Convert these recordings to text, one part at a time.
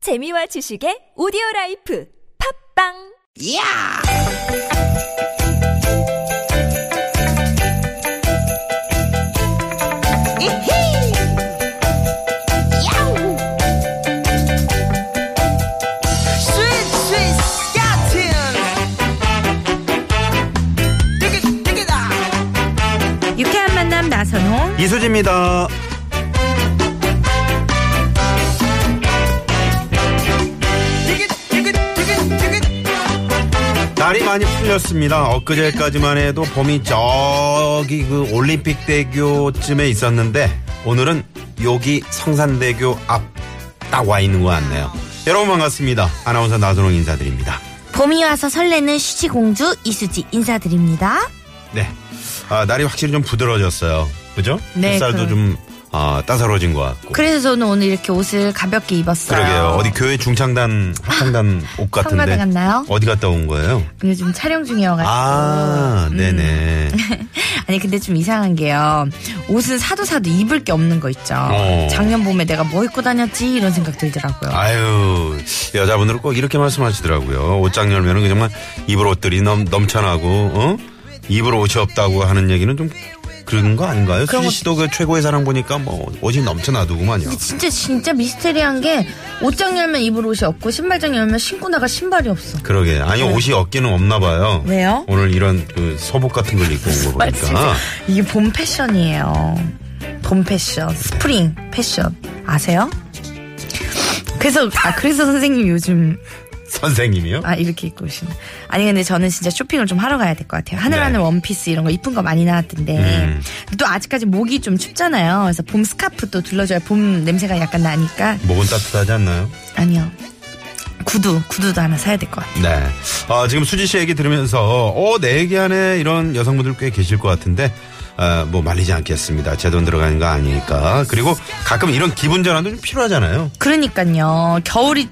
재미와 지식의 오디오 라이프 팝빵! 야! 이히! 야우! 스윗 스윗 야틴! 되게 되게다! 유쾌한 만남 나선홍. 이수지입니다. 되게 되게 되게 되게 날이 많이 풀렸습니다. 엊그제까지만 해도 봄이 저기 그 올림픽 대교쯤에 있었는데 오늘은 여기 성산대교 앞 딱 와 있는 것 같네요. 여러분 반갑습니다. 아나운서 나선홍 인사드립니다. 봄이 와서 설레는 수지공주 이수지 인사드립니다. 네. 아, 날이 확실히 좀 부드러워졌어요. 그죠? 네, 햇살도 그럼. 좀 아, 따사로워진 것 같고. 그래서 저는 오늘 이렇게 옷을 가볍게 입었어요. 그러게요. 어디 교회 중창단, 합창단 옷 같은데. 성가대 갔나요? 어디 갔다 온 거예요? 근데 지금 촬영 중이어가지고. 아, 음. 네네. 아니 근데 좀 이상한 게요. 옷은 사도 사도 입을 게 없는 거 있죠. 어. 작년 봄에 내가 뭐 입고 다녔지 이런 생각 들더라고요. 아유 여자분들은 꼭 이렇게 말씀하시더라고요. 옷장 열면은 정말 입을 옷들이 넘 넘쳐나고 어? 입을 옷이 없다고 하는 얘기는 좀 그런 거 아닌가요? 그런 수지 것- 씨도 그 최고의 사랑 보니까 뭐 옷이 넘쳐나더구만요. 근데 진짜 진짜 미스테리한 게 옷장 열면 입을 옷이 없고 신발장 열면 신고 나가 신발이 없어. 그러게 아니 옷이 없기는 없나 봐요. 네. 왜요? 오늘 이런 그 소복 같은 걸 입고 온 거 보니까 진짜 이게 봄 패션이에요. 봄 패션, 스프링 패션 아세요? 그래서 아 그래서 선생님 요즘 선생님이요? 아 이렇게 입고 오시나? 아니 근데 저는 진짜 쇼핑을 좀 하러 가야 될 것 같아요. 하늘하늘 네. 원피스 이런 거 이쁜 거 많이 나왔던데 음. 또 아직까지 목이 좀 춥잖아요. 그래서 봄 스카프 또 둘러줘야 봄 냄새가 약간 나니까 목은 따뜻하지 않나요? 아니요. 구두 구두도 하나 사야 될 것 같아요. 네. 아, 지금 수지 씨 얘기 들으면서, 어, 내 얘기 안에 이런 여성분들 꽤 계실 것 같은데, 아, 뭐 말리지 않겠습니다. 제 돈 들어가는 거 아니니까. 그리고 가끔 이런 기분 전환도 좀 필요하잖아요. 그러니까요. 겨울이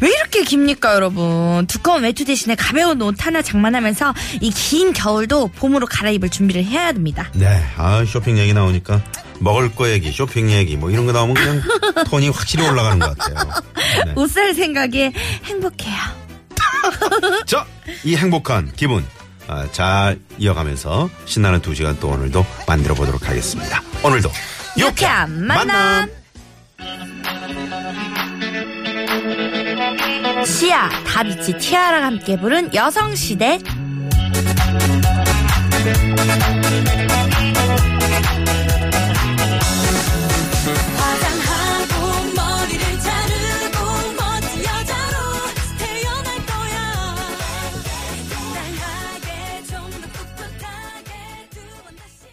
왜 이렇게 깁니까, 여러분? 두꺼운 외투 대신에 가벼운 옷 하나 장만하면서 이 긴 겨울도 봄으로 갈아입을 준비를 해야 됩니다. 네. 아, 쇼핑 얘기 나오니까. 먹을 거 얘기, 쇼핑 얘기, 뭐 이런 거 나오면 그냥 톤이 확실히 올라가는 것 같아요. 네. 옷 살 생각에 행복해요. 자, 이 행복한 기분. 아, 잘 이어가면서 신나는 두 시간 또 오늘도 만들어 보도록 하겠습니다. 오늘도 유쾌한 만남. 시아, 다비치, 티아랑 함께 부른 여성시대. 화장하고 머리를 자르고 멋진 여자로 태어날 거야 당당하게 좀 더 꿋꿋하게 두 번 다시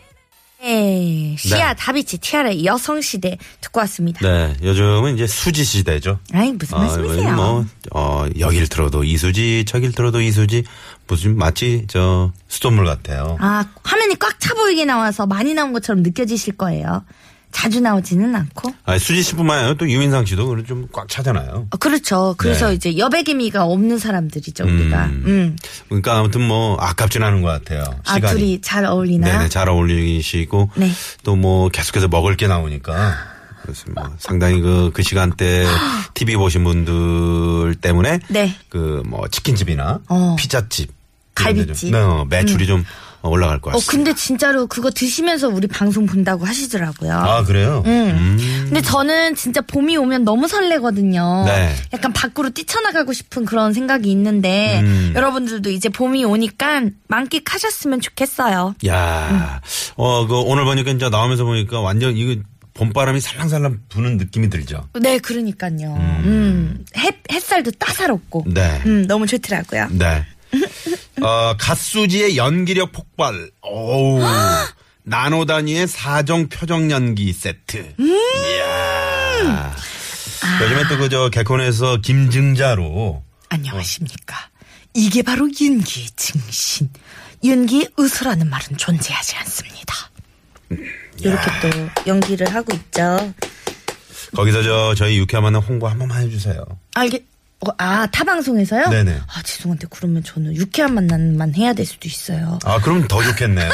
네, 시아, 네. 다비치, 티아의 여성시대 듣고 왔습니다. 네, 요즘은 이제 수지 시대죠. 아이, 무슨 말씀이세요? 요즘 뭐, 어, 여길 들어도 이수지, 저길 들어도 이수지, 무슨 마치 저 수돗물 같아요. 아, 화면이 꽉 차 보이게 나와서 많이 나온 것처럼 느껴지실 거예요. 자주 나오지는 않고. 아, 수지 씨뿐만 아니라 또 유민상 씨도 오늘 좀 꽉 차잖아요. 어, 그렇죠. 그래서 네. 이제 여백의미가 없는 사람들이죠, 우리가. 음. 음. 그러니까 아무튼 뭐 아깝진 않은 것 같아요. 아, 시간이. 둘이 잘 어울리나? 네네, 잘 어울리시고 네. 또 뭐 계속해서 먹을 게 나오니까 그래서 뭐 상당히 그, 그 시간대 TV 보신 분들 때문에 네. 그 뭐 치킨집이나 어. 피자집 이런 데 갈비집. 음. 좀, 네, 어, 매출이 좀 올라갈 것 어, 같습니다. 근데 진짜로 그거 드시면서 우리 방송 본다고 하시더라고요. 아 그래요? 음. 근데 저는 진짜 봄이 오면 너무 설레거든요. 네. 약간 밖으로 뛰쳐나가고 싶은 그런 생각이 있는데 음. 여러분들도 이제 봄이 오니까 만끽하셨으면 좋겠어요. 야, 어, 그 오늘 보니까 이제 나오면서 보니까 완전 이거 봄바람이 살랑살랑 부는 느낌이 들죠. 네, 그러니까요. 음. 햇, 햇살도 따사롭고. 네. 음, 너무 좋더라고요. 네. 어, 갓수지의 연기력 폭발. 오우. 나노 단위의 사정 표정 연기 세트. 이야. 요즘에 또 그저 개콘에서 김증자로 안녕하십니까. 이게 바로 윤기의 증신. 윤기의 의수라는 말은 존재하지 않습니다. 음, 이렇게 또 연기를 하고 있죠. 거기서 저 저희 유쾌한 만남 홍보 한 번만 해주세요. 아, 이게, 어, 아, 타 방송에서요? 네네. 아, 죄송한데, 그러면 저는 유쾌한 만남만 해야 될 수도 있어요. 아 그럼 더 좋겠네요.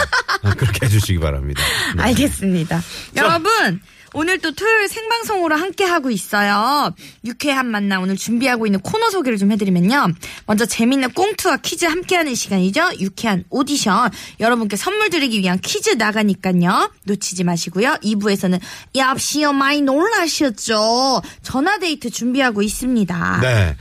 그렇게 해주시기 바랍니다. 네. 알겠습니다. 여러분, 오늘 또 토요일 생방송으로 함께하고 있어요. 유쾌한 만남 오늘 준비하고 있는 코너 소개를 좀 해드리면요. 먼저 재밌는 꽁트와 퀴즈 함께하는 시간이죠. 유쾌한 오디션. 여러분께 선물 드리기 위한 퀴즈 나가니까요. 놓치지 마시고요. 2부에서는 얍시요 많이 놀라셨죠. 전화데이트 준비하고 있습니다. 네.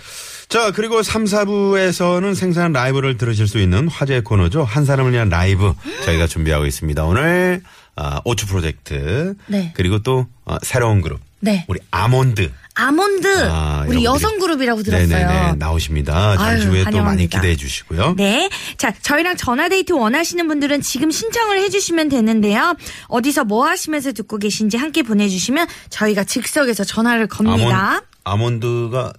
자, 그리고 3, 4부에서는 생생한 라이브를 들으실 수 있는 화제 코너죠. 한 사람을 위한 라이브 저희가 준비하고 있습니다. 오늘 아, 오츠 프로젝트 네. 그리고 또 어, 새로운 그룹 네. 우리 아몬드 아몬드 아, 우리 여러분들이- 여성 그룹이라고 들었어요. 네네네, 나오십니다. 아유, 잠시 후에 또 많이 환영합니다. 기대해 주시고요. 네. 자, 저희랑 전화데이트 원하시는 분들은 지금 신청을 해주시면 되는데요. 어디서 뭐 하시면서 듣고 계신지 함께 보내주시면 저희가 즉석에서 전화를 겁니다. 아몬, 아몬드가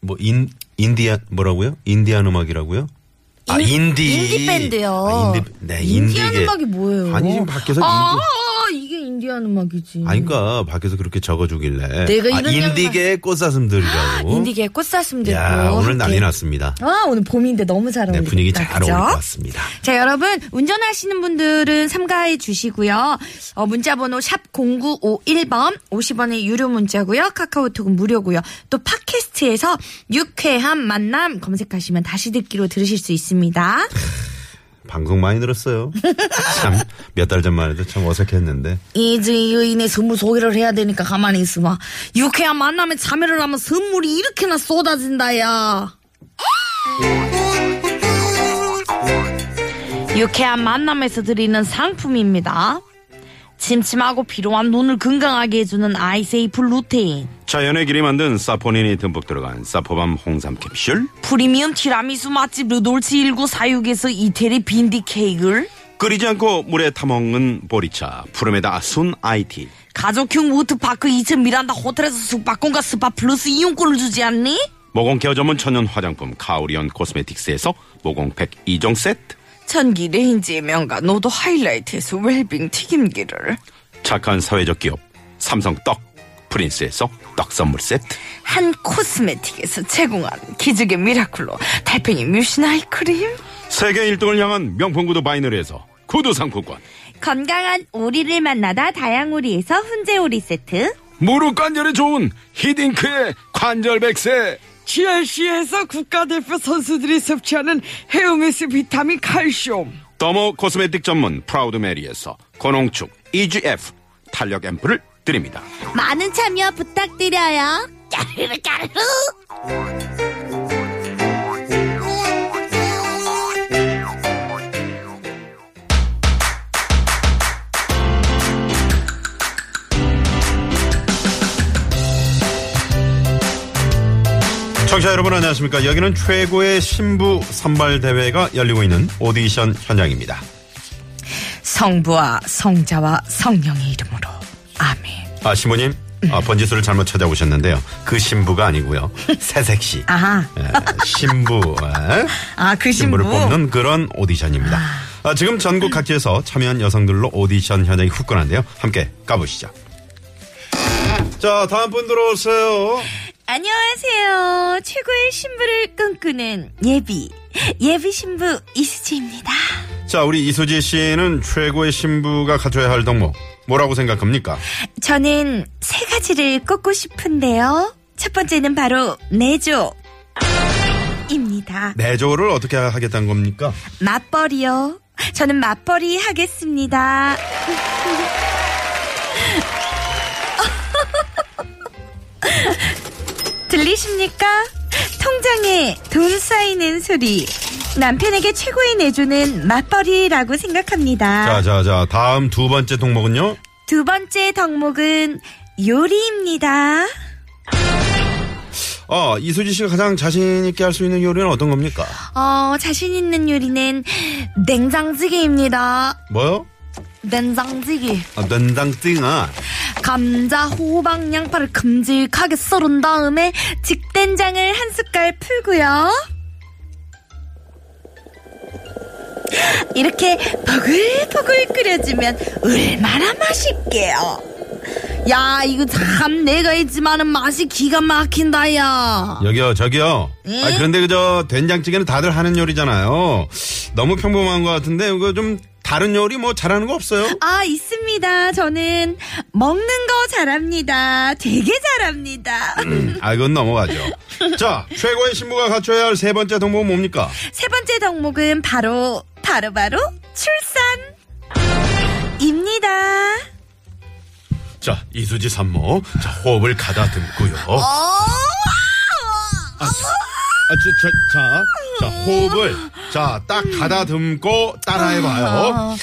뭐 인, 인디아 뭐라고요? 인디안 음악이라고요? 아 인- 인디 인디 밴드요. 아, 인디, 네, 인디안 인디게. 음악이 뭐예요? 아니 지금 밖에서 아, 인디 아, 이게 인디안 음악이지. 아니, 그니까, 밖에서 그렇게 적어주길래. 내가 아, 이런 아, 인디게 꽃사슴들이라고. 인디게 꽃사슴 들고. 뭐? 야, 오늘 난리 함께. 났습니다. 아, 오늘 봄인데 너무 잘 네, 어울린다. 분위기 잘 그죠? 어울릴 것 같습니다. 자, 여러분, 운전하시는 분들은 삼가해 주시고요. 어, 문자번호 샵0951번, 50원의 유료 문자고요. 카카오톡은 무료고요. 또 팟캐스트에서 유쾌한 만남 검색하시면 다시 듣기로 들으실 수 있습니다. 방송 많이 들었어요. 참, 몇 달 전만 해도 참 어색했는데. 이제 여인의 선물 소개를 해야 되니까 가만히 있어봐. 유쾌한 만남에 참여를 하면 선물이 이렇게나 쏟아진다, 야. 유쾌한 만남에서 드리는 상품입니다. 침침하고 피로한 눈을 건강하게 해주는 아이세이프 루테인. 자연의 길이 만든 사포닌이 듬뿍 들어간 사포밤 홍삼 캡슐 프리미엄 티라미수 맛집 르돌치 1946에서 이태리 빈디 케이크를 끓이지 않고 물에 타먹는 보리차 푸르메다 순 아이티 가족형 워터파크 2층 미란다 호텔에서 숙박권과 스파 플러스 이용권을 주지 않니? 모공 케어 전문 천연 화장품 카오리언 코스메틱스에서 모공팩 2종 세트 전기 레인지의 명가 노도 하이라이트에서 웰빙 튀김기를 착한 사회적 기업 삼성 떡 프린스에서 떡 선물 세트 한 코스메틱에서 제공한 기적의 미라클로 달팽이 뮤신 아이크림 세계 1등을 향한 명품 구두 바이너리에서 구두 상품권 건강한 오리를 만나다 다양오리에서 훈제오리 세트 무릎 관절에 좋은 히딩크의 관절 백세 GRC에서 국가대표 선수들이 섭취하는 헤어메스 비타민 칼슘 더모 코스메틱 전문 프라우드 메리에서 고농축 EGF 탄력 앰플을 드립니다. 많은 참여 부탁드려요 청취자 여러분 안녕하십니까. 여기는 최고의 신부 선발 대회가 열리고 있는 오디션 현장입니다. 성부와 성자와 성령의 이름으로 아멘 아, 신부님. 아, 번지수를 잘못 찾아오셨는데요. 그 신부가 아니고요. 새색시. 아하 예, 신부. 예. 아그 신부를 뽑는 그런 오디션입니다. 아, 지금 전국 각지에서 참여한 여성들로 오디션 현장이 후끈한데요. 함께 가보시죠. 자, 다음 분 들어오세요. 안녕하세요 최고의 신부를 꿈꾸는 예비 예비 신부 이수지입니다 자, 우리 이수지 씨는 최고의 신부가 갖춰야 할 덕목. 뭐라고 생각합니까? 저는 세 가지를 꼽고 싶은데요. 첫 번째는 바로 내조입니다. 내조를 어떻게 하겠다는 겁니까? 맞벌이요. 저는 맞벌이 하겠습니다. 들리십니까? 통장에 돈 쌓이는 소리. 남편에게 최고의 내조는 맞벌이라고 생각합니다. 자, 자, 자. 다음 두 번째 덕목은요? 두 번째 덕목은 요리입니다. 어, 이수지 씨가 가장 자신있게 할 수 있는 요리는 어떤 겁니까? 어, 자신 있는 요리는 냉장찌개입니다. 뭐요? 냉장찌개. 아, 된장띵아. 감자, 호박, 양파를 금질하게 썰은 다음에 직된장을 한 숟갈 풀고요. 이렇게 버글버글 끓여주면 얼마나 맛있게요. 야 이거 참 내가 했지만은 맛이 기가 막힌다 야 여기요, 저기요. 응? 아, 그런데 그저 된장찌개는 다들 하는 요리잖아요. 너무 평범한 것 같은데 이거 좀 다른 요리 뭐 잘하는 거 없어요? 아 있습니다 저는 먹는 거 잘합니다 되게 잘합니다 아, 이건 넘어가죠. 자, 최고의 신부가 갖춰야 할 세 번째 덕목은 뭡니까? 세 번째 덕목은 바로 바로바로 출산입니다 자, 이수지 산모. 자, 호흡을 가다듬고요. 어, 아, 저, 아, 저, 자, 자, 호흡을, 자, 딱 가다듬고 따라해봐요.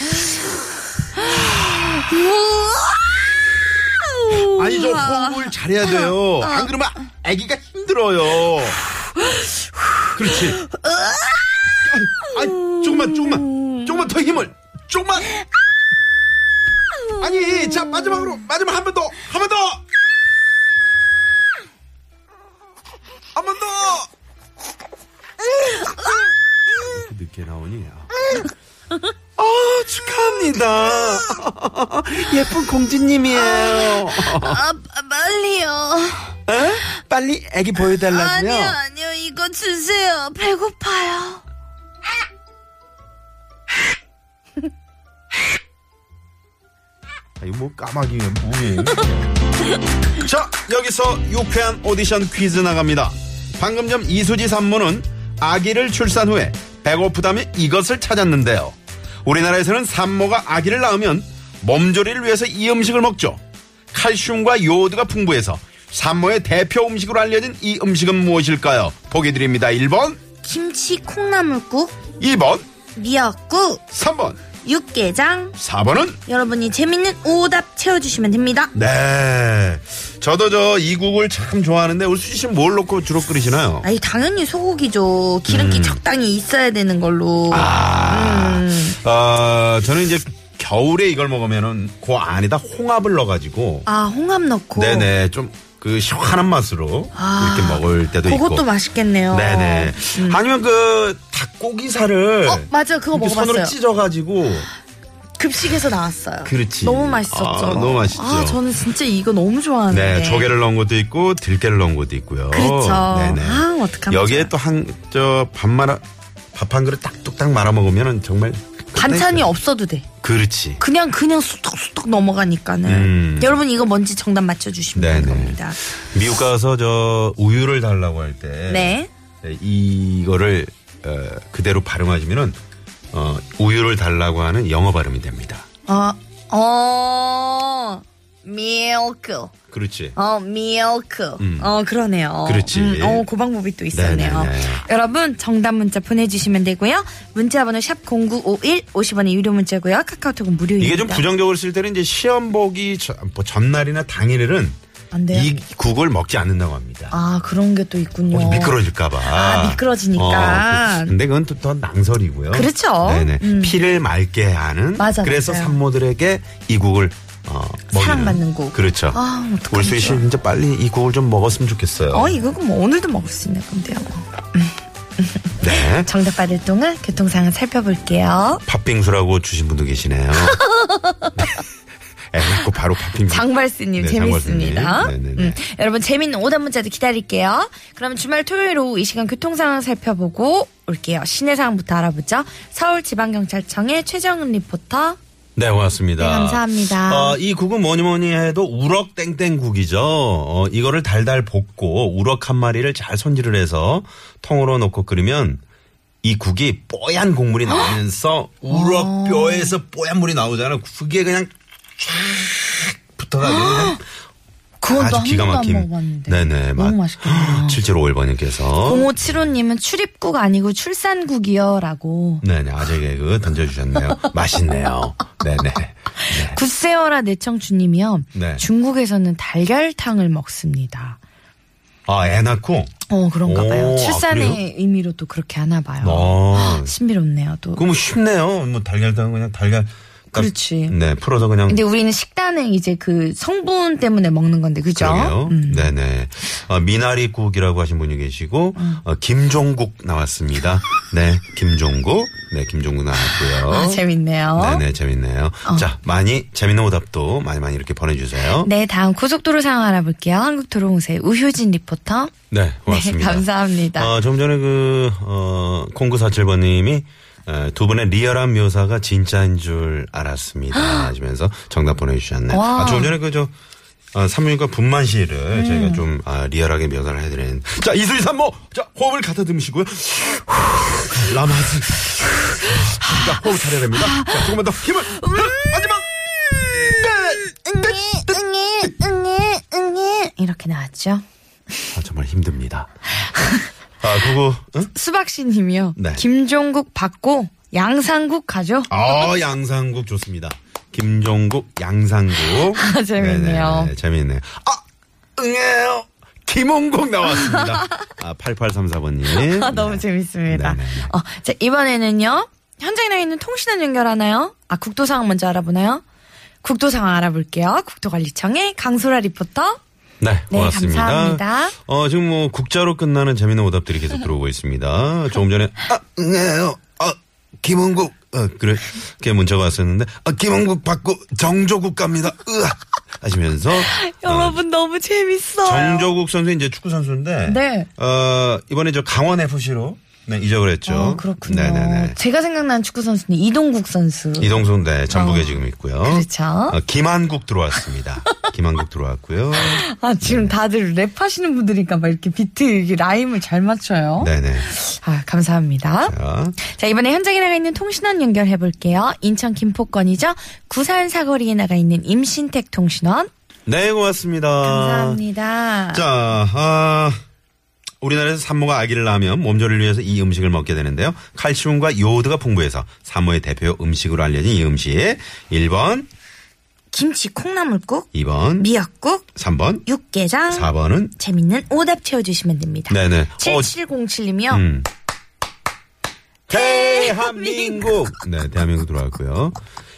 아니, 저 호흡을 잘해야 돼요. 안 그러면 아기가 힘들어요. 그렇지. 아니, 조금만, 조금만, 조금만 더 힘을, 조금만. 아니, 자, 마지막으로, 마지막 한 번 더, 한 번 더! 한 번 더. 늦게 나오니? 아, 축하합니다. 예쁜 공주님이에요. 아 빨리요 빨리 애기 보여달라고요? 아니요 아니요 이거 주세요 배고파요 아, 이거 뭐 까마귀면 뭐예요? 자, 여기서 유쾌한 오디션 퀴즈 나갑니다. 방금 전 이수지 산모는 아기를 출산 후에 배고프다며 이것을 찾았는데요. 우리나라에서는 산모가 아기를 낳으면 몸조리를 위해서 이 음식을 먹죠. 칼슘과 요오드가 풍부해서 산모의 대표 음식으로 알려진 이 음식은 무엇일까요? 보기 드립니다. 1번, 김치 콩나물국 2번, 미역국 3번, 육개장 4번은 여러분이 재밌는 오답 채워주시면 됩니다 네. 저도 저 이국을 참 좋아하는데 우리 수지 씨는 뭘 넣고 주로 끓이시나요? 아니 당연히 소고기죠 기름기 적당히 있어야 되는 걸로 음. 음. 아, 어, 저는 이제 겨울에 이걸 먹으면은 그 안에다 홍합을 넣어가지고 아 홍합 넣고 네네 좀 그 시원한 맛으로 아, 이렇게 먹을 때도 그것도 있고. 맛있겠네요 음. 네네. 아니면 그 닭고기살을 어, 맞아. 그거 이렇게 먹어봤어요. 손으로 찢어가지고 급식에서 나왔어요 그렇지. 너무 맛있었죠 아, 너무 맛있죠. 아, 저는 진짜 이거 너무 좋아하는데 네 조개를 넣은 것도 있고 들깨를 넣은 것도 있고요. 그렇죠 네네. 아 어떡하면 좋아요. 여기에 또 한 저 밥 말아 밥 한 그릇 딱 뚝딱 말아 먹으면은 정말 반찬이 없어도 돼 그렇지. 그냥 그냥 수턱수턱 넘어가니까는 음. 여러분 이거 뭔지 정답 맞춰주시면 네네. 되는 겁니다 미국 가서 저 우유를 달라고 할 때 네. 이거를 어, 그대로 발음하시면은 어, 우유를 달라고 하는 영어 발음이 됩니다. 어, 어, 밀크. 그렇지. 어, 밀크. 음. 어, 그러네요. 그렇지. 어, 그 방법이 또 있었네요. 네네네. 여러분, 정답 문자 보내주시면 되고요. 문자 번호 샵0951, 50원의 유료 문자고요. 카카오톡은 무료입니다. 이게 좀 부정적으로 쓸 때는 이제 시험 보기 저- 뭐 전날이나 당일에는 안 돼요? 이 국을 먹지 않는다고 합니다. 아, 그런 게 또 있군요. 혹시 어, 뭐. 미끄러질까봐. 아, 미끄러지니까. 어, 그- 근데 그건 또 더 낭설이고요. 그렇죠. 네네. 음. 피를 맑게 하는. 맞아, 그래서 맞아요. 산모들에게 이 국을 어, 먹이는. 사랑받는 국. 그렇죠. 아, 어떡하면 우리 수희 씨 좋아. 진짜 빨리 이 국을 좀 먹었으면 좋겠어요. 어, 이거 뭐 오늘도 먹을 수 있는 건데요. 네. 정답 받을 동안 교통상황 살펴볼게요. 팥빙수라고 주신 분도 계시네요. 애 낳고 바로 팥빙수. 장발스님 네, 재밌습니다. 장발스님. 네네네. 음, 여러분 재밌는 오답 문자도 기다릴게요. 그럼 주말 토요일 오후 이 시간 교통 상황 살펴보고 올게요. 시내 상황부터 알아보죠. 서울지방경찰청의 최정은 리포터. 네, 고맙습니다. 네, 감사합니다. 어, 이 국은 뭐니 뭐니 해도 우럭 땡땡국이죠. 어, 이거를 달달 볶고 우럭 한 마리를 잘 손질을 해서 통으로 넣고 끓이면 이 국이 뽀얀 국물이 나오면서 어. 우럭 뼈에서 뽀얀 물이 나오잖아. 그게 그냥 쫙 붙어가지고 그냥 그건 나 아주 한 기가 번도 안 막힘. 먹어봤는데. 네네. 너무 맛있겠네요. 7751번님께서 0575님은 출입국 아니고 출산국이요라고. 네네 아재 개그 던져주셨네요. 맛있네요. 네네. 네. 굿세어라 내청주님이요. 네. 중국에서는 달걀탕을 먹습니다. 아애 낳고. 어 그런가 봐요. 오, 아, 출산의 그래요? 의미로 또 그렇게 하나 봐요. 어. 신비롭네요. 또 그거 뭐 쉽네요. 뭐 달걀탕은 그냥 달걀 그렇지. 네, 풀어서 그냥. 근데 우리는 식단에 이제 그 성분 때문에 먹는 건데 그죠? 음. 그러게요. 네네. 어, 미나리국이라고 하신 분이 계시고 음. 어, 김종국 나왔습니다. 네, 김종국. 네, 김종국 나왔고요. 아, 재밌네요. 어. 네네, 재밌네요. 자, 많이 재밌는 오답도 많이 많이 이렇게 보내주세요. 네, 다음 고속도로 상황 알아볼게요. 한국도로공사의 우효진 리포터. 네, 고맙습니다. 네, 감사합니다. 어, 좀 전에 그, 어, 콩구사칠번님이 두 분의 리얼한 묘사가 진짜인 줄 알았습니다. 하시면서 정답 보내주셨네요. 와. 음. 아, 좀 전에 그, 저, 아, 삼유니까 분만 시를 저희가 좀, 아, 리얼하게 묘사를 해드린. 자, 이수이 산모! 자, 호흡을 가다듬으시고요. 라마즈. 자, 호흡 잘해야 됩니다. 자, 조금만 더 힘을! 음. 마지막! 네! 이렇게 나왔죠. 아, 정말 힘듭니다. 아, 그거, 응? 수박씨 님이요. 네. 김종국 받고 양상국 가죠. 아, 양상국 좋습니다. 김종국, 양상국. 아, 재밌네요. 네네네, 재밌네요. 아, 응해요. 김홍국 나왔습니다. 아, 8834번님. 아, 너무 재밌습니다. 네. 네네. 어, 자, 이번에는요. 현장에 나 있는 통신원 연결하나요? 아, 국도 상황 먼저 알아보나요? 국도 상황 알아볼게요. 국도관리청의 강소라 리포터. 네, 네, 고맙습니다. 감사합니다. 어, 지금 뭐 국자로 끝나는 재미있는 오답들이 계속 들어오고 있습니다. 조금 전에 아, 응해요. 아, 김홍국. 어, 그래. 이렇게 문자가 왔었는데 아, 김홍국 받고 정조국 갑니다. 으악. 하시면서 어, 여러분 너무 재밌어요. 정조국 선수 이제 축구 선수인데 네. 어, 이번에 저 강원 FC로 네, 이적을 했죠. 어, 그렇군요. 네네네. 제가 생각나는 축구 선수는 이동국 선수. 이동순 네, 전북에 지금 있고요. 어. 그렇죠. 어, 김한국 들어왔습니다. 김한국 들어왔고요. 아, 네. 지금 다들 랩하시는 분들이니까 막 이렇게 비트 이게 라임을 잘 맞춰요. 네네. 아, 감사합니다. 자, 자, 이번에 현장에 나가 있는 통신원 연결해 볼게요. 인천 김포권이죠. 구산 사거리에 나가 있는 임신택 통신원. 네, 고맙습니다. 감사합니다. 자, 아, 우리나라에서 산모가 아기를 낳으면 몸조리를 위해서 이 음식을 먹게 되는데요. 칼슘과 요오드가 풍부해서 산모의 대표 음식으로 알려진 이 음식. 1번, 김치 콩나물국, 2번, 미역국, 3번, 육개장. 4번은 재밌는 오답 채워주시면 됩니다. 네네. 어, 7707님이요. 음. 대한민국. 네, 대한민국 들어왔고요.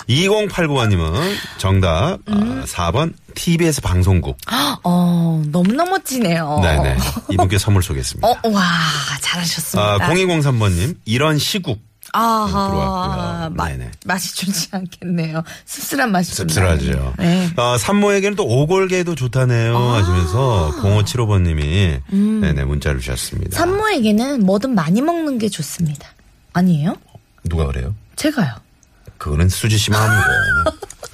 2089번님은 정답 음. 아, 4번 TBS 방송국. 어, 너무너무 멋지네요. 네네. 이분께 선물 쏘겠습니다. 어, 와, 아, 잘하셨습니다. 02003번님 이런 시국. 아하, 들어왔고요. 마- 네네. 맛이 좋지 않겠네요. 씁쓸한 맛이 좀 씁쓸하죠. 나네요. 네. 아. 아, 산모에게는 또 오골계도 좋다네요 하시면서 0575번님이 네네 문자를 음. 주셨습니다. 산모에게는 뭐든 많이 먹는 게 좋습니다. 아니에요? 누가 그래요? 제가요. 그거는 수지 씨 마음이고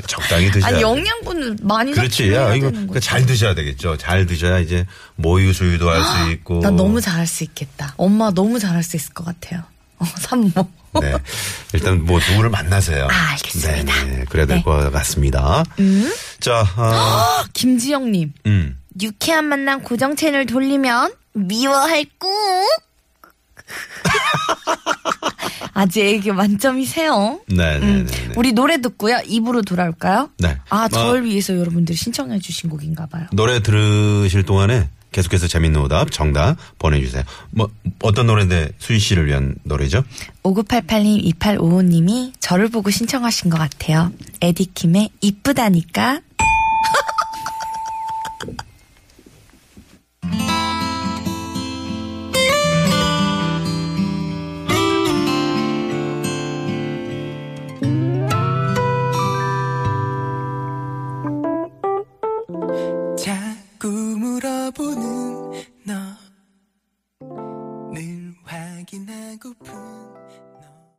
적당히 드셔야 아니 돼요. 영양분을 많이 그렇지. 섭취해야 야, 이거 되는 그러니까 거죠. 잘 드셔야 되겠죠. 잘 드셔야 이제 모유 수유도 할 수 있고. 나 아, 너무 잘할 수 있겠다. 엄마 너무 잘할 수 있을 것 같아요. 어, 산모. 네. 일단 뭐 누구를 만나세요. 아, 알겠습니다. 네, 그래야 될 네. 음? 것 같습니다. 자, 아, 김지영님. 음. 유쾌한 만남 고정 채널 돌리면 미워할 꾹. 아직 애교 만점이세요. 네, 네, 네. 음, 네. 우리 노래 듣고요. 입으로 돌아올까요? 네. 아, 저를 아, 위해서 여러분들이 신청해 주신 곡인가 봐요. 노래 들으실 동안에 계속해서 재밌는 오답, 정답 보내주세요. 뭐 어떤 노래인데 수희 씨를 위한 노래죠? 5988님, 2855님이 저를 보고 신청하신 것 같아요. 에디킴의 이쁘다니까.